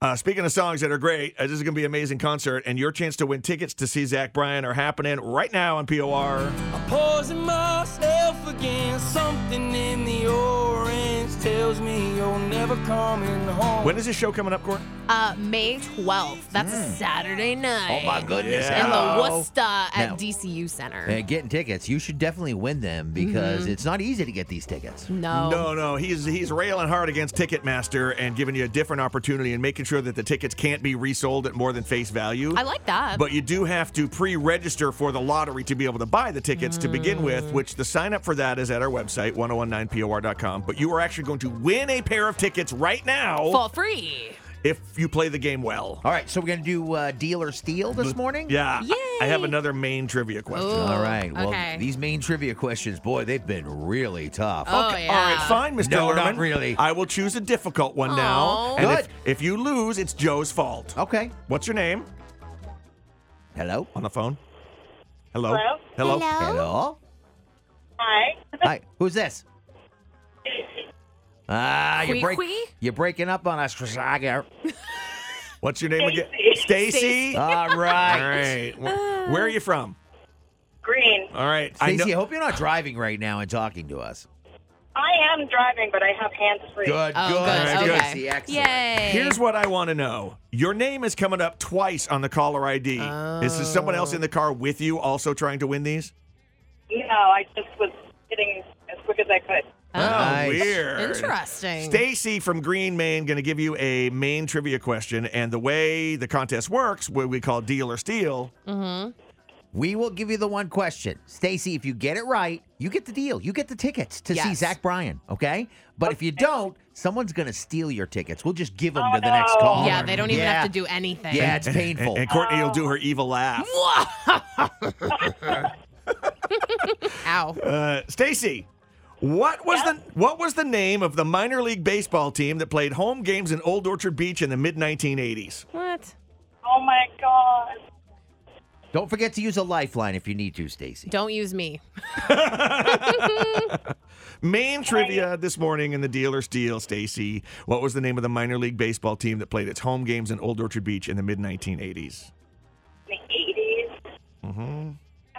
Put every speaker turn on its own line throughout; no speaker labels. Uh, speaking of songs that are great, uh, this is going to be an amazing concert, and your chance to win tickets to see Zach Bryan are happening right now on POR.
I'm pausing myself again. Something in the orange tells me you're never coming home.
When is this show coming up, Court?
Uh, May 12th. That's a Saturday night.
Oh my goodness!
Yeah.
In the
hello.
Worcester at
Now-
DCU Center.
Uh, getting tickets. You should definitely win
Mm-hmm.
them because it's not easy to get these tickets.
no.
No, no, he's he's railing hard against Ticketmaster and giving you a different opportunity and making sure that the tickets can't be resold at more than face value.
I like that.
But you do have to pre-register for the lottery to be able to buy the tickets to begin
Mm.
with, which the sign up for that is at our website 1019por.com. But you are actually going to win a pair of tickets right now
for free.
if you play the game well.
All right, so we're gonna do uh, deal or steal this morning.
Yeah. I- I have
Yay. Oh,
another main trivia question.
Ooh,
All right. Well,
okay.
these main trivia questions, boy, they've been really tough.
Oh, yeah.
All right, fine, Mr.
No, not
Lerman.
really.
I will choose a difficult one now.
Aw.
And
Good.
if, if you lose, it's Joe's fault.
Okay.
What's your name
Hello.
on the phone? Hello?
Hello?
Hello?
Hello.
Hi.
Hi. Who's this? Ah, you
Quee
break.
quee?
You're breaking up on us, Krasaga.
What's your name again?
Stacy.
Stacy. All
All
right.
right.
Wh- Where are you from?
Green.
All right. I know-
Stacey, I hope you're not driving right now and talking to us.
I am driving, but I have hands free.
Good,
Oh, good.
good.
good.
Okay.
Stacey, excellent.
Yay.
Here's what I want to know. Your name is coming up twice on the caller ID. Is there someone else
Oh.
in the car with you also trying to win these?
No, I just was hitting as quick as I could.
Oh,
Nice.
weird.
Interesting.
Stacy from Green, Maine, going to give you a main trivia question. And the way the contest works, what we call deal or steal,
We will give you the one question. Stacy, if you get it right, you get the deal. You get the tickets to see
Yes.
Zach Bryan, okay? But if you don't, someone's going to steal your tickets. We'll just give them to the
Oh,
next
no.
caller.
yeah, they don't even
Yeah.
have to do anything.
Yeah, it's
and,
painful.
and Courtney will do her evil laugh.
Ow.
Uh, Stacy, what was the what was the name of the minor league baseball team that played home games in Old Orchard Beach in the mid 1980s?
What?
Oh my god.
don't forget to use a lifeline if you need to, Stacy.
Don't use me.
Main trivia this morning in the Deal or Steal, Stacy. What was the name of the minor league baseball team that played its home games in Old Orchard Beach in the mid 1980s?
In the 80s. Mm-hmm. Can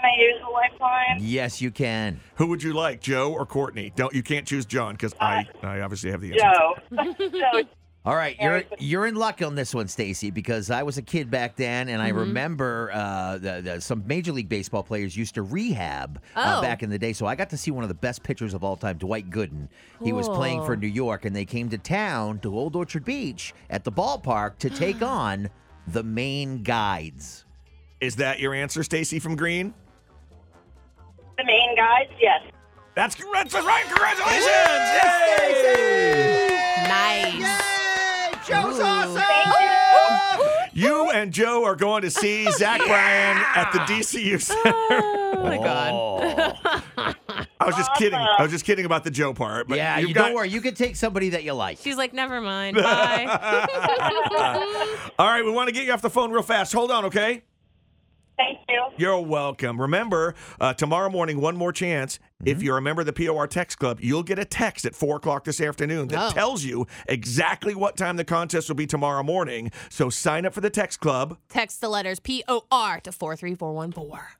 I use the lifeline?
Yes, you can.
Who would you like, Joe or Courtney? Don't you can't choose John because I I obviously have the answer.
Joe. so,
All right, you're
Harrison.
you're in luck on this one, Stacy, because I was a kid back then, and
Mm-hmm.
I remember uh, the, the, some major league baseball players used to rehab uh,
Oh.
back in the day. So I got to see one of the best pitchers of all time, Dwight Gooden. He was playing for
Cool.
New York, and they came to town to Old Orchard Beach at the ballpark to take on the Maine Guides.
Is that your answer, Stacy from Green?
the main guys, yes.
That's that's right. Congratulations! Yay!
Nice.
Joe's awesome! Oh
You and Joe are going to see Zach Bryan at the DCU Center.
Oh my god.
I was just kidding. I was just kidding about the Joe part. But
yeah, you,
you've
don't worry. You can take somebody that you like.
She's like, never mind. Bye.
All right, we want to get you off the phone real fast. Hold on, okay?
Thank you.
You're welcome. Remember, uh, tomorrow morning, one more chance.
Mm-hmm.
If you're a member of the POR Text Club, you'll get a text at 4 o'clock this afternoon that
Oh.
tells you exactly what time the contest will be tomorrow morning. So sign up for the Text Club.
Text the letters P O R to 43414.